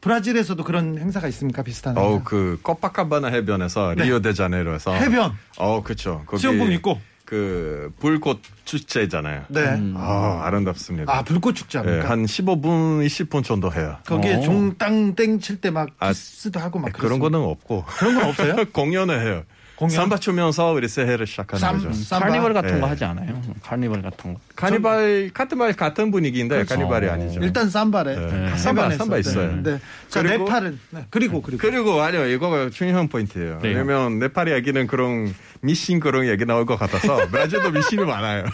D: 브라질에서도 그런 행사가 있습니까 비슷한
F: 어우
D: 행사?
F: 그 코파카바나 해변에서 리오데자네이로에서
D: 해변.
F: 어 그렇죠. 거기
D: 수영복 입고.
F: 그 불꽃 축제잖아요.
D: 네.
G: 음.
F: 아 아름답습니다.
D: 아 불꽃
F: 예,
D: 축제합니까?
F: 한 15분 20분 정도 해요.
D: 거기에
G: 어.
D: 종땅 땡 칠 때 막
F: 아,
D: 키스도 하고 막 그랬어요.
F: 그런 거는 없고
D: 그런 건 없어요?
F: 공연을 해요.
D: 공연?
F: 삼바 추면서 우리 새해를 시작하는
D: 삼-
F: 거죠.
D: 삼바.
G: 카니발 같은
F: 네.
G: 거 하지 않아요? 카니발 같은 거.
F: 카니발 같은 말 같은 분위기인데 카니발이
G: 어.
F: 아니죠.
D: 일단 삼바래.
F: 그렇죠. 네.
D: 네.
F: 삼바,
D: 해변에서.
F: 삼바 있어요.
D: 네. 네. 자
F: 그리고-
D: 네팔은 네. 그리고 그리고
F: 그리고 아니요 이거가 중요한 포인트예요.
G: 네.
F: 왜냐면 네팔 이야기는 그런 미신 그런 얘기 나올 것 같아서 브라질도 미신이 많아요.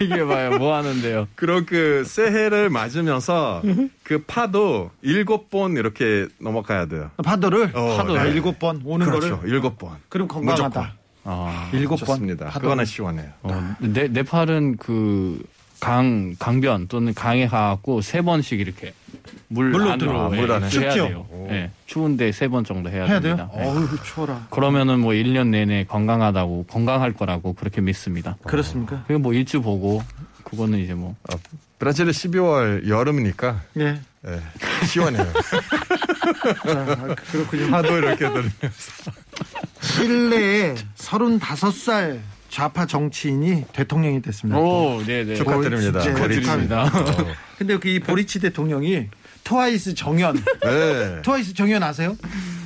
G: 이게 봐요. 뭐 하는데요?
F: 그런 그 새해를 맞으면서 그 파도 일곱 번 이렇게 넘어가야 돼요.
D: 파도를
F: 어,
D: 파도
F: 네.
D: 일곱 번 오는
F: 그렇죠.
D: 거를
F: 일곱 번.
D: 그럼 건강하다.
F: 무조건.
G: 아,
D: 일곱
F: 좋습니다.
D: 번.
F: 그거는 시원해요.
G: 어, 네, 네팔은 그 강, 강변 또는 강에 가갖고 세 번씩 이렇게 물
D: 물로
G: 안으로
F: 들어와,
G: 예,
F: 물 안에.
G: 해야
D: 춥죠?
G: 돼요. 예, 추운데 세 번 정도 해야,
D: 해야 돼요?
G: 됩니다. 예.
D: 어우 추워라.
G: 그러면은 뭐 1년 내내 건강하다고 건강할 거라고 그렇게 믿습니다.
D: 그렇습니까?
G: 그리고 뭐 일주 보고 그거는 이제 뭐
F: 어, 브라질은 12월 여름이니까
D: 네.
F: 예, 시원해요.
D: 자, 아, 그렇군요.
F: 파도 이렇게 들으면
D: 실내에 35살 좌파 정치인이 대통령이 됐습니다.
G: 오, 네, 네.
F: 축하드립니다.
D: 진짜
F: 보리치.
G: 축하드립니다.
F: 어,
D: 근데 그 이 보리치 대통령이 트와이스 정연.
F: 네.
D: 트와이스 정연 아세요?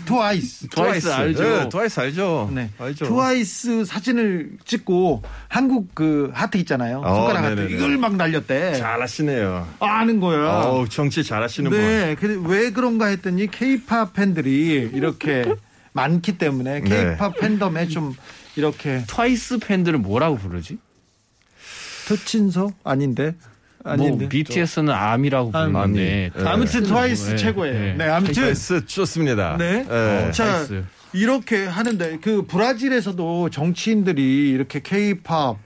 D: 트와이스.
G: 트와이스 알죠.
F: 네, 트와이스 알죠.
D: 네.
F: 알죠.
D: 트와이스 사진을 찍고 한국 그 하트 있잖아요.
F: 어,
D: 손가락 하트.
F: 네네네.
D: 이걸 막 날렸대.
F: 잘하시네요.
D: 아는 거야.
F: 어우, 정치 잘하시는 분.
D: 네, 근데 왜 그런가 했더니 케이팝 팬들이 이렇게 많기 때문에
F: 네.
D: 케이팝 팬덤에 좀 이렇게
G: 트와이스 팬들을 뭐라고 부르지?
D: 토친소 아닌데 아닌데
G: 뭐 BTS는 암이라고
D: 아,
G: 부르는데
F: 네.
D: 아무튼 트와이스
G: 네.
D: 최고예요. 네,
G: 네.
D: 아무튼
F: 트와이스 좋습니다.
D: 네.
F: 네.
D: 자
G: 트와이스.
D: 이렇게 하는데 그 브라질에서도 정치인들이 이렇게 케이팝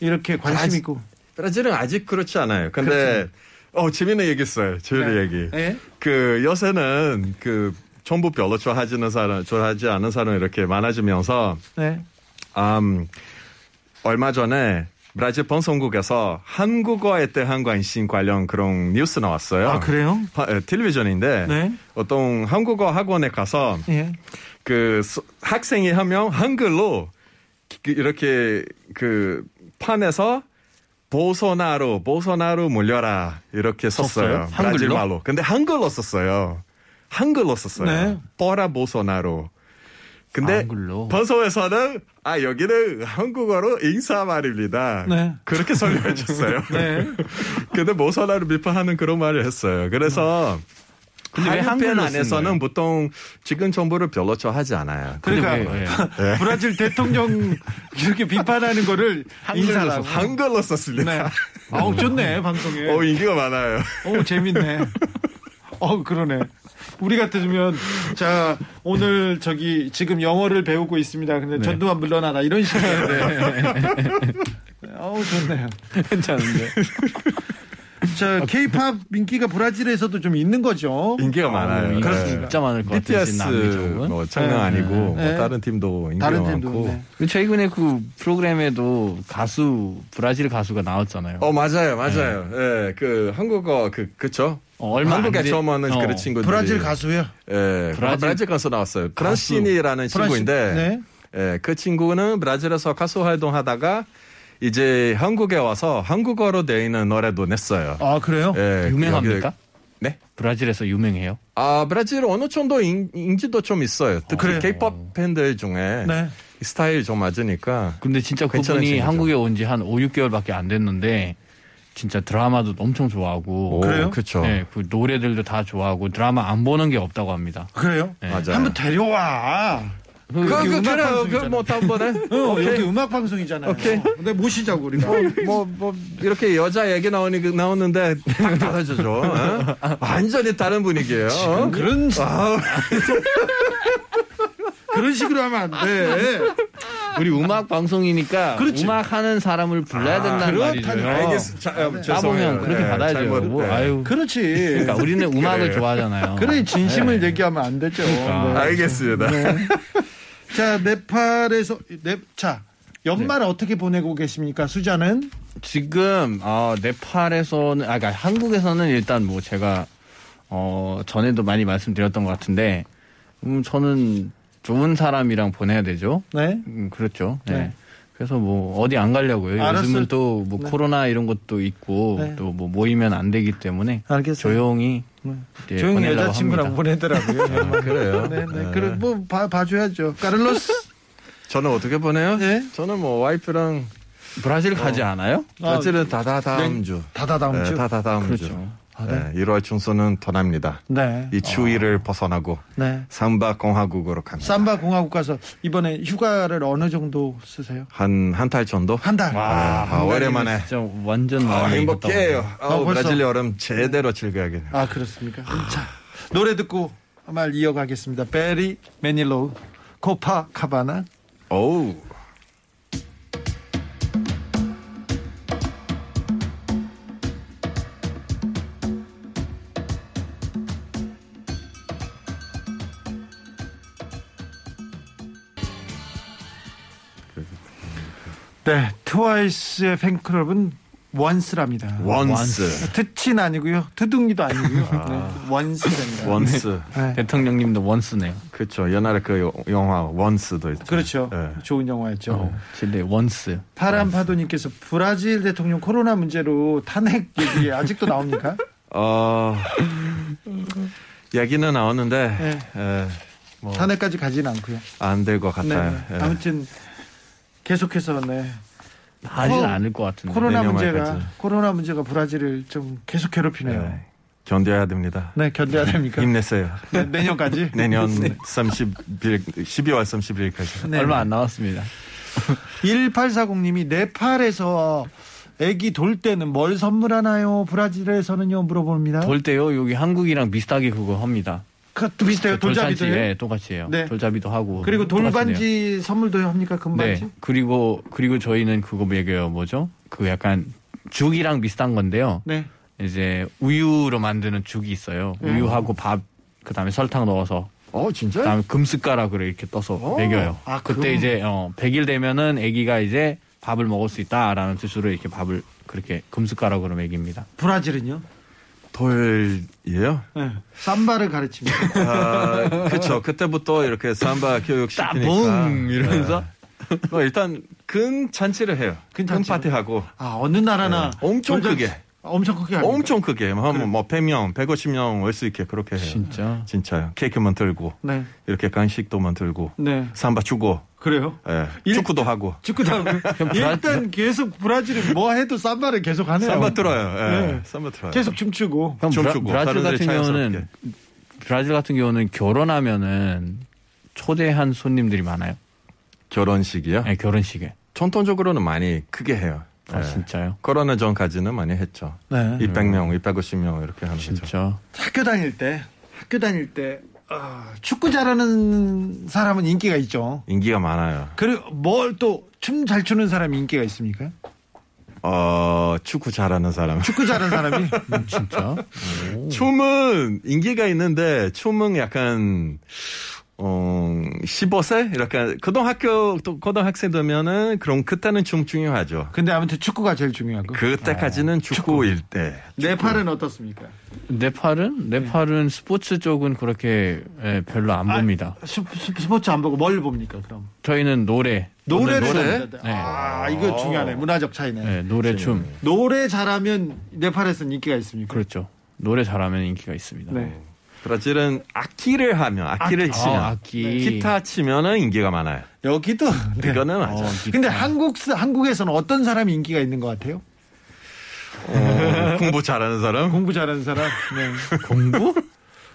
D: 이렇게 관심
F: 브라질-
D: 있고
F: 브라질은 아직 그렇지 않아요. 근데 어 재밌는 얘기 있어요. 재밌는 얘기.
D: 네.
F: 그 요새는 그 정부 별로 좋아하지는 사람, 좋아하지 않은 사람 이렇게 많아지면서
D: 네.
F: 음, 얼마 전에 브라질 방송국에서 한국어에 대한 관심 관련 그런 뉴스 나왔어요.
D: 아 그래요?
F: 파- 에, 텔레비전인데
D: 네.
F: 어떤 한국어 학원에 가서
D: 예.
F: 그 수- 학생이 한 명 한글로 그- 이렇게 그 판에서 보소나로 보소나로 몰려라 이렇게 썼어요.
G: 썼어요?
F: 브라질
G: 한글로?
F: 말로. 근데 한글로 썼어요. 한글로 썼어요.
D: 네.
F: 보라 보소나로. 근데
G: 한글로.
F: 번서에서는 아 여기는 한국어로 인사 말입니다.
D: 네.
F: 그렇게 설명해 줬어요.
D: 네.
F: 근데 보소나로 비판하는 그런 말을 했어요. 그래서
G: 근데 왜
F: 한편
G: 한글로 쓴
F: 안에서는
G: 거예요?
F: 보통 지금 정부를 별로 좋아하지 않아요.
G: 근데
D: 그러니까
F: 네.
G: 왜, 예.
D: 브라질 대통령 이렇게 비판하는 거를 인사라고.
F: 한글로 썼습니다.
D: 네. 아우 좋네 방송에.
F: 어 인기가 많아요.
D: 오 재밌네. 어 그러네. 우리 같으면 자 오늘 저기 지금 영어를 배우고 있습니다. 근데
F: 네.
D: 전두환 물러나라 이런 식이었는데. 어우 좋네요.
G: 괜찮은데.
D: 자 K-팝 인기가 브라질에서도 좀 있는 거죠.
F: 아, 인기가 많아요. 네.
G: 그렇습니다. 어, 진짜 많을 것 같아요.
F: BTS
G: 남미적은.
F: 뭐 장난 아니고 뭐
D: 네.
F: 다른 팀도 인기가
D: 다른
F: 많고.
D: 팀도. 네.
G: 그 최근에 그 프로그램에도 가수 브라질 가수가 나왔잖아요.
F: 어 맞아요, 맞아요. 예, 그 한국어 그 그쵸?
G: 네. 어, 얼마 안
F: 한국에
G: 돼-
F: 처음 하는
G: 어.
F: 그 친구들.
D: 브라질 가수요.
F: 예, 브라질,
G: 브라질- 네.
F: 가수 나왔어요. 브라신이라는 친구인데,
D: 브라신,
F: 예, 그 친구는 브라질에서 가수 활동하다가 이제 한국에 와서 한국어로 되어 있는 노래도 냈어요.
D: 아 그래요?
F: 예,
G: 유명합니까?
F: 여기- 네?
G: 브라질에서 유명해요.
F: 아, 브라질 어느 정도 인, 인지도 좀 있어요. 특히 케이팝 팬들 중에
D: 네.
F: 이 스타일 좀 맞으니까.
G: 근데 진짜
F: 괜찮은
G: 그분이
F: 친구죠.
G: 한국에 온 지 한 5, 6개월밖에 안 됐는데 진짜 드라마도 엄청 좋아하고
D: 그래요?
F: 그렇죠.
G: 네, 그 노래들도 다 좋아하고 드라마 안 보는 게 없다고 합니다.
D: 그래요?
F: 네. 맞아요.
D: 한번 데려와.
F: 그,
D: 여기
F: 그,
D: 음악
F: 그래요. 그,
D: 방송이잖아요.
F: 뭐, 다음번에.
D: 어, 여기 음악 방송이잖아요.
F: 오케이.
D: 근데 모시자고 우리가.
F: 뭐, 뭐, 이렇게 여자 얘기 나오니, 나오는데, 딱 달라져죠. 어? 완전히 다른 분위기예요 어?
D: 그런 그런 식으로 하면 안 돼.
G: 우리 음악 방송이니까
D: 그렇지.
G: 음악 하는 사람을 불러야 된다는 말이죠.
F: 알겠습니다. 자, 어,
D: 아,
F: 죄송해요.
G: 따보면 그렇게
F: 네,
G: 받아야
F: 잘못,
G: 되고.
F: 네.
G: 아유.
D: 그렇지.
G: 그러니까 우리는 어. 음악을
F: 그래요.
G: 좋아하잖아요.
D: 그래 진심을 얘기하면 안 되죠.
G: 그러니까.
D: 네.
F: 알겠습니다.
D: 자 네팔에서 네, 자 연말
G: 네.
D: 어떻게 보내고 계십니까? 수자는
G: 지금 어, 네팔에서는 아까 그러니까 한국에서는 일단 뭐 제가 어, 전에도 많이 말씀드렸던 것 같은데 음, 저는 좋은 사람이랑 보내야 되죠.
D: 네.
G: 음, 그렇죠. 네.
D: 네.
G: 그래서 뭐 어디 안 가려고요.
D: 알았어요.
G: 요즘은 또 뭐 코로나 이런 것도 있고
D: 네.
G: 또 뭐 모이면 안 되기 때문에
D: 알겠어요. 네.
G: 조용히 예,
D: 조용히
G: 보내려고
D: 여자친구랑
G: 합니다.
D: 보내더라고요.
F: 아, 그래요.
D: 네, 네. 그래 뭐 봐, 봐줘야죠. 까를로스.
F: 저는 어떻게 보내요?
D: 네.
F: 저는 뭐, 와이프랑
G: 브라질 가지 않아요?
F: 며칠은 다다 다음 주.
D: 네.
F: 예,
D: 다다다음 주. 아,
F: 다다 다음 주.
G: 그렇죠.
F: 네, 1월 중순은 떠납니다.
D: 네.
F: 이 추위를 벗어나고
D: 네.
F: 삼바 공화국으로 갑니다.
D: 삼바 공화국 가서 이번에 휴가를 어느 정도 쓰세요?
F: 한 한 달 정도?
D: 한 달.
F: 아, 아, 오랜만에.
G: 진짜 완전
F: 아,
G: 많이
F: 행복해요.
G: 갔다
F: 아,
D: 아, 벌써.
F: 브라질 여름 제대로 즐겨야겠네요.
D: 아 그렇습니까? 자 노래 듣고 말 이어가겠습니다. 베리 매닐로우 코파 카바나
F: 어우.
D: 네 트와이스의 팬클럽은 원스랍니다.
F: 원스.
D: 트친 아니고요. 트둥이도 아니고요. 네, 원스랍니다.
F: 원스.
D: 네.
G: 왔다. 대통령님도 원스네요.
F: 그렇죠. 옛날에 그 요- 영화 원스도 있죠.
D: 그렇죠.
F: 예.
D: 좋은 영화였죠.
G: 진짜 원스.
D: 네. 파란파도님께서 브라질 대통령 코로나 문제로 탄핵 얘기 아직도 나옵니까?
F: 어, 얘기는 나왔는데
D: 네.
F: 예, 뭐
D: 탄핵까지 가진 않고요.
F: 안 될 것 같아요.
D: 네.
F: 예.
D: 아무튼 계속해서 네.
G: 하진
D: 어,
G: 않을 것 같은데.
D: 코로나
F: 내년
D: 문제가
F: 말까지.
D: 코로나 문제가 브라질을 좀 계속 괴롭히네요.
F: 예. 견뎌야 됩니다.
D: 네, 견뎌야 됩니까?
F: 힘내세요.
D: 네, 내년까지.
F: 내년 31일 12월 31일까지.
D: 네.
G: 얼마 안 남았습니다.
D: 1840님이 네팔에서 아기 돌 때는 뭘 선물하나요? 브라질에서는요 물어봅니다.
G: 돌 때요 여기 한국이랑 비슷하게 그거 합니다.
D: 그것도 비슷해요. 네, 돌잡이도
G: 돌잔치,
D: 해요?
G: 예, 똑같이 해요.
D: 네.
G: 돌잡이도 하고.
D: 그리고
G: 똑같이 해요.
D: 돌반지 선물도 합니까? 금반지?
G: 네. 그리고 그리고 저희는 그거 얘기해요. 뭐죠? 그 약간 죽이랑 비슷한 건데요.
D: 네.
G: 이제 우유로 만드는 죽이 있어요. 우유하고 밥 그다음에 설탕 넣어서
D: 어 진짜요?
G: 그다음에 금숟가락으로 이렇게 떠서 먹여요.
D: 아,
G: 그때
D: 그럼.
G: 이제 어, 100일 되면은 아기가 이제 밥을 먹을 수 있다라는 뜻으로 이렇게 밥을 그렇게 금숟가락으로 먹입니다.
D: 브라질은요?
F: 돌이에요?
D: 네. 삼바를 가르칩니다.
F: 아, 그쵸. 그때부터 이렇게 삼바 교육 시키니까.
G: 따봉 이러면서
F: 뭐 일단 큰 잔치를 해요. 큰,
D: 잔치를?
F: 파티 하고
D: 아 어느 나라나
F: 네. 엄청
D: 돌잔치-
F: 크게.
D: 엄청 크게 합니까?
F: 엄청 크게 뭐,
D: 그
F: 뭐 100명, 150명 올 수 있게 그렇게 해요.
G: 진짜
F: 진짜요. 케이크만 들고
D: 네.
F: 이렇게 간식도만 들고
D: 네.
F: 삼바 주고
D: 그래요?
F: 예,
D: 일-
F: 축구도 하고
D: 축구 다음 일단 계속 브라질은 뭐 해도 삼바를 계속 하네요.
F: 삼바 들어요. 예,
D: 네.
F: 삼바 들어요.
D: 계속 춤추고
G: 형
F: 좀
G: 브라,
F: 주고,
G: 브라질
F: 사람들이
G: 같은
F: 차에서
G: 경우는 브라질 같은 경우는 결혼하면은 초대한 손님들이 많아요.
F: 결혼식이요?
G: 네, 결혼식에.
F: 전통적으로는 많이 크게 해요.
G: 아
F: 예.
G: 진짜요?
F: 코로나 전까지는 많이 했죠.
D: 네.
F: 200명, 250명 이렇게 하는 거죠.
G: 진짜.
D: 학교 다닐 때 학교 다닐 때 아, 축구 잘하는 사람은 인기가 있죠.
F: 인기가 많아요.
D: 그리고 뭘 또 춤 잘 추는 사람이 인기가 있습니까?
F: 어, 축구 잘하는 사람.
D: 축구 잘하는 사람이
G: 음, 진짜?
F: 춤은 인기가 있는데 춤은 약간 어 15세 이렇게 고등학교 또 고등학생 되면은 그럼 그때는 춤 중요하죠.
D: 근데 아무튼 축구가 제일 중요하고
F: 그때까지는 축구일 때.
D: 네팔은 어떻습니까?
G: 네팔은 네팔은 스포츠 쪽은 그렇게 예, 별로
D: 아,
G: 안 봅니다.
D: 스, 스, 스포츠 안 보고 뭘 봅니까 그럼?
G: 저희는 노래, 네.
D: 노래를
F: 노래?
D: 봅니다. 아 이거 중요하네 문화적 차이네.
G: 예, 노래 춤
D: 노래 잘하면 네팔에서는 인기가 있습니까?
G: 그렇죠. 노래 잘하면 인기가 있습니다.
D: 네.
F: 브라질은 악기를 하면 악기를 치면
G: 아, 악기.
F: 기타 치면은 인기가 많아요.
D: 여기도 네.
F: 이거는 맞아.
G: 어,
F: 요
G: 기타.
D: 근데 한국 사- 한국에서는 어떤 사람이 인기가 있는 것 같아요?
F: 어, 공부 잘하는 사람.
D: 공부 잘하는 사람. 네. 공부?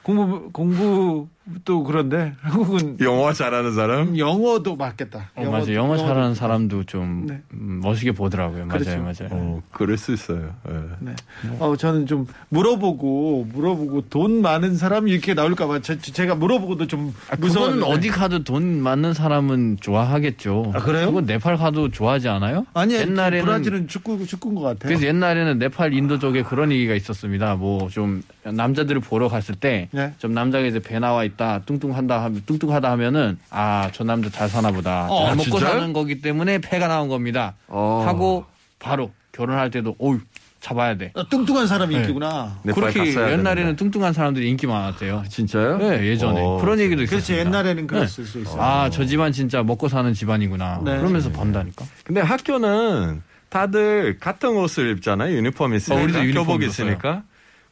D: 공부 공부도 그런데 한국은
F: 영어 잘하는 사람.
D: 영어도 맞겠다.
G: 예. 어, 맞아 영어
D: 영어도-
G: 잘하는 사람도 좀
D: 네.
G: 음, 멋있게 보더라고요. 맞아요,
D: 그렇죠.
G: 맞아요.
F: 어, 그럴 수 있어요. 예.
D: 네. 어, 저는 좀 물어보고 물어보고 돈 많은 사람 이렇게 나올까봐 제가 물어보고도 좀 무서운.
G: 아, 그거는 어디 가도 돈 많는 사람은 좋아하겠죠.
D: 아, 그래요?
G: 그건 네팔 가도 좋아하지 않아요?
D: 아니
G: 옛날에는
D: 브라질은 축구 축구인 것 같아요.
G: 그래서 옛날에는 네팔 인도 쪽에 그런 얘기가 있었습니다. 뭐 좀 남자들을 보러 갔을 때 좀
D: 네.
G: 남자가 이제 배 나와 있다 뚱뚱한다 하면 뚱뚱하다 하면은 아 저 남자 잘 사나 보다
D: 어,
G: 잘 먹고
F: 아, 진짜요?
G: 사는 거기 때문에 배가 나온 겁니다.
F: 어.
G: 하고 바로 결혼할 때도 어유 잡아야 돼.
D: 아, 뚱뚱한 사람이 인기구나.
F: 네팔
G: 그렇게
F: 갔어야
G: 옛날에는
F: 되는데.
G: 뚱뚱한 사람들이 인기 많았대요.
F: 진짜요?
G: 네, 예전에
F: 어,
G: 그런 얘기도
D: 그렇지
G: 있었어요.
D: 옛날에는 그랬을 수 있어요.
G: 아, 저 집안 진짜 먹고 사는 집안이구나.
D: 네.
G: 그러면서 본다니까.
F: 근데 학교는 다들 같은 옷을 입잖아요. 유니폼 있으니까.
G: 어, 우리도 유니폼
F: 교복
G: 입었어요.
F: 있으니까.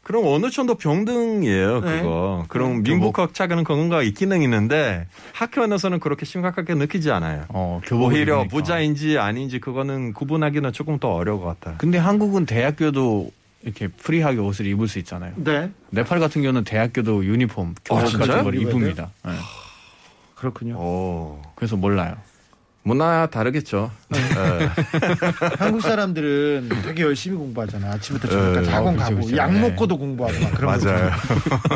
F: 그럼 어느 정도 병등이에요,
D: 네.
F: 그거. 그럼 민복학 차가는 건가 있기는 있는데 학교 안에서는 그렇게 심각하게 느끼지 않아요.
G: 어, 교복
F: 오히려
G: 입으니까.
F: 부자인지 아닌지 그거는 구분하기는 조금 더 어려울 것 같아요.
G: 근데 한국은 대학교도 이렇게 프리하게 옷을 입을 수 있잖아요.
D: 네
G: 네팔 같은 경우는 대학교도 유니폼, 교복
F: 아, 진짜요?
G: 같은 걸
D: 입어야
G: 입습니다. 예.
D: 그렇군요.
F: 오.
G: 그래서 몰라요.
F: 문화 다르겠죠.
G: 네.
F: 예.
D: 한국 사람들은 되게 열심히 공부하잖아. 아침부터 저녁까지
F: 네.
D: 학원
G: 어, 그죠,
D: 가고
G: 그죠.
D: 약
G: 네.
D: 먹고도 공부하고 막 그런 거
F: 맞아요.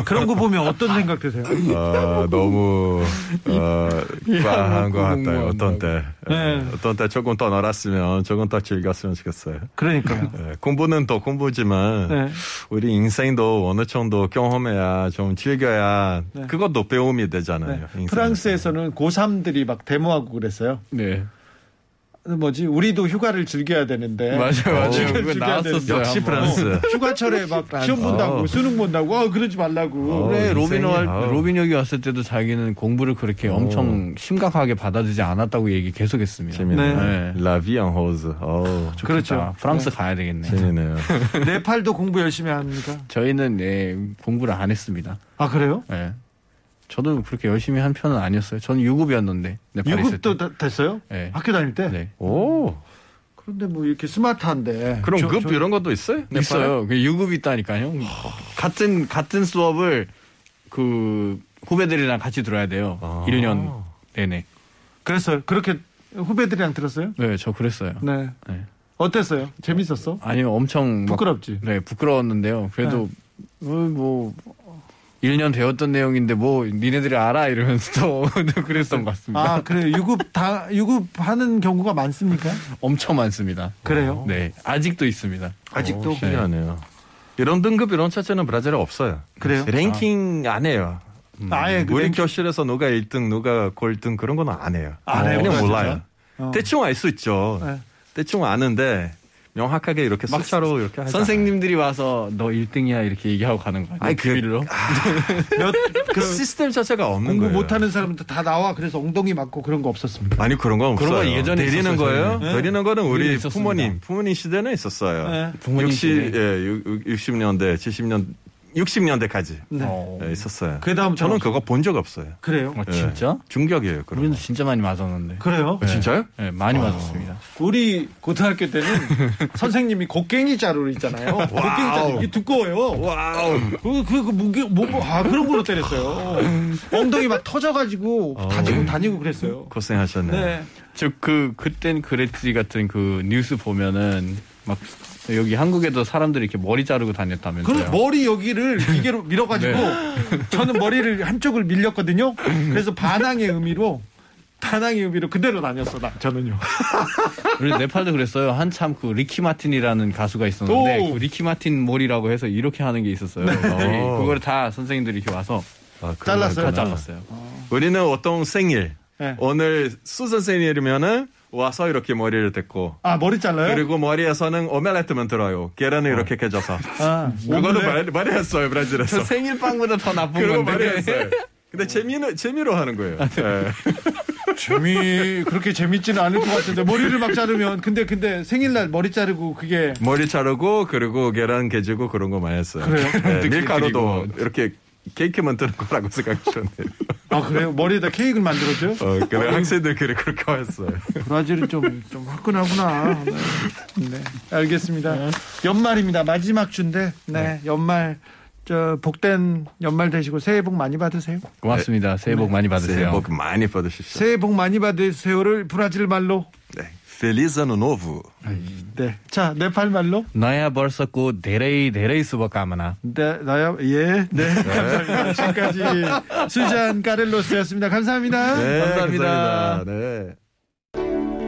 D: 그런 거 보면 어떤 생각 드세요?
F: 어, 너무 어,
G: 예,
F: 과한 것 같아요. 어떤 때,
D: 네.
F: 어떤 때 조금 더 놀았으면 조금 더 즐겼으면 좋겠어요.
D: 그러니까요.
G: 네.
F: 예, 공부는 또 공부지만
D: 네.
F: 우리 인생도 어느 정도 경험해야 좀 즐겨야 그것도 배움이 되잖아요.
D: 네.
F: 인생에서.
D: 프랑스에서는 고3들이 막 데모하고 그랬어요.
G: 네.
D: 뭐지 우리도 휴가를 즐겨야 되는데
G: 맞아요, 맞아요.
D: 즐겨-
G: 그거
D: 즐겨야
G: 나왔었어요,
D: 되는데.
F: 역시
G: 한번. 아.
F: 프랑스.
D: 휴가철에 막 시험 본다고
F: 어.
D: 수능 본다고 아 그러지 말라고
F: 어. 인생이-
G: 그래 로빈 월,
F: 아우. 어.
G: 로빈 여기 왔을 때도 자기는 공부를 그렇게 엄청 심각하게 받아들이지 않았다고 얘기 계속했습니다.
F: 재밌네.
G: 네.
F: La vie en rose. 어우,
G: 좋겠다.
D: 그렇죠.
G: 프랑스 가야 되겠네.
F: 재밌네요.
D: 네팔도 공부 열심히 합니까?
G: 저희는 예, 공부를 안 했습니다.
D: 아 그래요?
G: 예. 저도 그렇게 열심히 한 편은 아니었어요. 저는 유급이었는데. 네팔에 있을
D: 유급도
G: 때.
D: 다- 됐어요?
G: 네.
D: 학교 다닐 때?
G: 네.
F: 오,
D: 그런데 뭐 이렇게 스마트한데
F: 그럼
D: 저-
F: 급
D: 저-
F: 이런 것도 있어요? 네팔에?
G: 있어요. 그 유급이 있다니까요. 같은 같은 수업을 그 후배들이랑 같이 들어야 돼요.
F: 아.
G: 1년 내내.
D: 그랬어요. 그렇게 후배들이랑 들었어요?
G: 네, 저 그랬어요.
D: 네.
G: 네.
D: 어땠어요? 재밌었어?
F: 뭐.
G: 아니요, 엄청 막-
D: 부끄럽지.
G: 네, 부끄러웠는데요. 그래도 어, 뭐 1년 배웠던 내용인데 뭐 니네들이 알아 이러면서 또 그랬던 것
F: 음.
G: 같습니다.
D: 아 그래요. 유급 다 유급하는 경우가 많습니까?
G: 엄청 많습니다.
D: 그래요?
G: 네, 아직도 있습니다. 어,
D: 아직도
F: 오, 신기하네요. 이런 등급 이런 차체는 브라질에 없어요.
D: 그래요?
F: 랭킹 안 해요. 음,
D: 아예 그
F: 우리
D: 랭-
F: 교실에서 누가 1등, 누가 골등 그런 건 안 해요.
D: 안
G: 아,
D: 해요?
F: 그냥
D: 진짜?
F: 몰라요.
D: 어.
F: 대충 알 수 있죠.
D: 네.
F: 대충 아는데 명확하게 이렇게 숫자로 이렇게 하지
G: 선생님들이 와서 너 1등이야 이렇게 얘기하고 가는 거예요.
F: 아이, 그-
G: 비밀로.
D: 몇
F: 않아요. 그 시스템 자체가 없는
D: 공부
F: 거예요.
D: 못하는 사람들 다 나와 그래서 엉덩이 맞고 그런 거 없었습니까?
F: 아니 그런 건 없어요.
G: 그런 건 예전에
F: 내리는
G: 있었어요,
F: 거예요.
G: 저희는.
F: 내리는 거는
G: 우리는
F: 우리
G: 있었습니다.
F: 부모님 부모님 시대는 있었어요.
D: 네.
G: 부모님
F: 60,
G: 시대.
F: 예, 60년대, 70년, 60년대까지 예,
D: 네.
G: 어.
F: 있었어요.
D: 그 다음
F: 저는 그거 본 적 없어요.
D: 그래요.
G: 아, 진짜?
F: 예, 충격이에요. 그런
G: 우리는
F: 거.
G: 진짜 많이 맞았는데.
D: 그래요.
F: 진짜요?
G: 네, 많이 맞았습니다.
D: 우리 고등학교 때는 선생님이 곡괭이 자루 있잖아요. 곡괭이 자루 이게 두꺼워요.
F: 와우.
D: 그, 그, 그, 무게, 뭐, 뭐, 아, 그런 걸로 때렸어요. 엉덩이 막 터져가지고 다니고 다니고 그랬어요.
F: 어. 고생하셨네. 요
D: 네.
G: 저그 그땐 그랬지 같은 그 뉴스 보면은 막 여기 한국에도 사람들이 이렇게 머리 자르고
D: 그
G: 다녔다면서요.
D: 머리 여기를 기계로 밀어가지고 저는 머리를 한쪽을 밀렸거든요. 그래서 반항의 의미로 반항의 의미로 그대로 다녔어 나 저는요.
G: 우리 네팔도 그랬어요. 한참 그 리키 마틴이라는 가수가 있었는데
D: 오.
G: 그 리키 마틴 몰이라고 해서 이렇게 하는 게 있었어요.
F: 오.
G: 네. 그걸 다 선생님들이 이렇게 와서
F: 아, 그런
D: 잘랐어요?
G: 다
F: 거였구나.
G: 잘랐어요. 아.
F: 우리는 어떤 생일
D: 네.
F: 오늘 수 선생님이면은 와서 이렇게 머리를 댔고
D: 아 머리 잘라요?
F: 그리고 머리에서는 오믈렛만 들어요. 계란을 이렇게 깨져서.
D: 아,
F: 그거는
D: 오믈렛?
F: 말, 말했어요 브라질에서.
G: 생일빵보다 더 나쁜
F: 그거 말했어요. 근데 재미는 재미로 하는 거예요. 예.
D: 재미 그렇게 재밌지는 않을 것 같은데 머리를 막 자르면 근데 근데 생일날 머리 자르고 그게
F: 머리 자르고 그리고 계란 깨지고 그런 거 많이 했어요.
D: 그래요?
F: 네, 밀가루도 이렇게 케이크만 뜨는 거라고 생각하셨네요.
D: 아 그래요 머리에다 케이크를 만들었죠?
F: 어, 그래 학생들 그래 그렇게 했어요.
D: 브라질은 좀, 좀 화끈하구나. 네. 네, 알겠습니다. 연말입니다. 마지막 주인데, 네, 연말, 저, 복된 연말 되시고 새해 복 많이 받으세요.
G: 고맙습니다. 네. 새해 복 많이
F: 새해
G: 받으세요.
F: 복 많이 받으십시오.
D: 새해 복 많이 받으세요를 브라질 말로.
F: 네. Feliz ano novo.
D: 네. 자, 네팔 말로.
G: 나야 벌써 고 데레이 데레이 수박가마나.
D: 네, 나야, 예. 네, 감사합니다. 지금까지 수잔 까렐로스였습니다. 감사합니다.
F: 네,
G: 감사합니다.
F: 감사합니다. 네.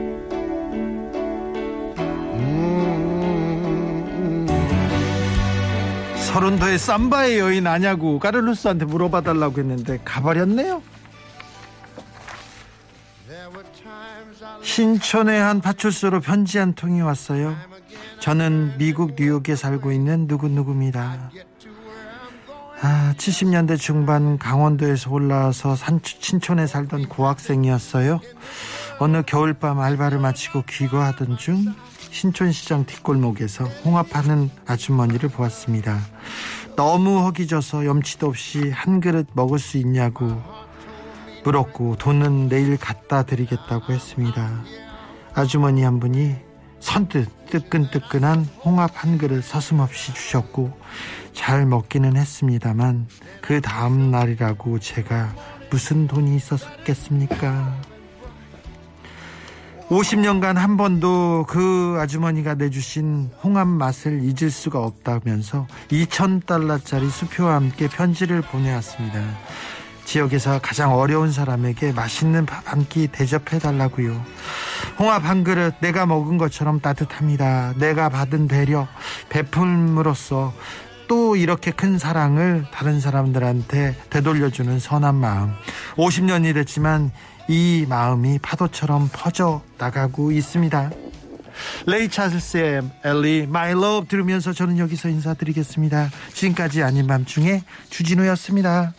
D: 서른도의 삼바의 여인 아냐고 까를루스한테 물어봐달라고 했는데 가버렸네요. 신촌의 한 파출소로 편지 한 통이 왔어요. 저는 미국 뉴욕에 살고 있는 누구누구입니다. 아, 70년대 중반 강원도에서 올라와서 산 신촌에 살던 고학생이었어요. 어느 겨울밤 알바를 마치고 귀가하던 중 신촌시장 뒷골목에서 홍합하는 아주머니를 보았습니다. 너무 허기져서 염치도 없이 한 그릇 먹을 수 있냐고 물었고 돈은 내일 갖다 드리겠다고 했습니다. 아주머니 한 분이 선뜻 뜨끈뜨끈한 홍합 한 그릇 서슴없이 주셨고 잘 먹기는 했습니다만 그 다음 날이라고 제가 무슨 돈이 있었겠습니까? 50년간 한 번도 그 아주머니가 내주신 홍합 맛을 잊을 수가 없다면서 2,000달러짜리 수표와 함께 편지를 보내왔습니다. 지역에서 가장 어려운 사람에게 맛있는 밥 한 끼 대접해달라고요. 홍합 한 그릇 내가 먹은 것처럼 따뜻합니다. 내가 받은 배려, 베품으로써
G: 또 이렇게 큰 사랑을 다른 사람들한테 되돌려주는 선한 마음. 50년이 됐지만 이 마음이 파도처럼 퍼져 나가고 있습니다. 레이 찰스의 엘리 마이 러브 들으면서 저는 여기서 인사드리겠습니다. 지금까지 아닌 밤중에 주진우였습니다.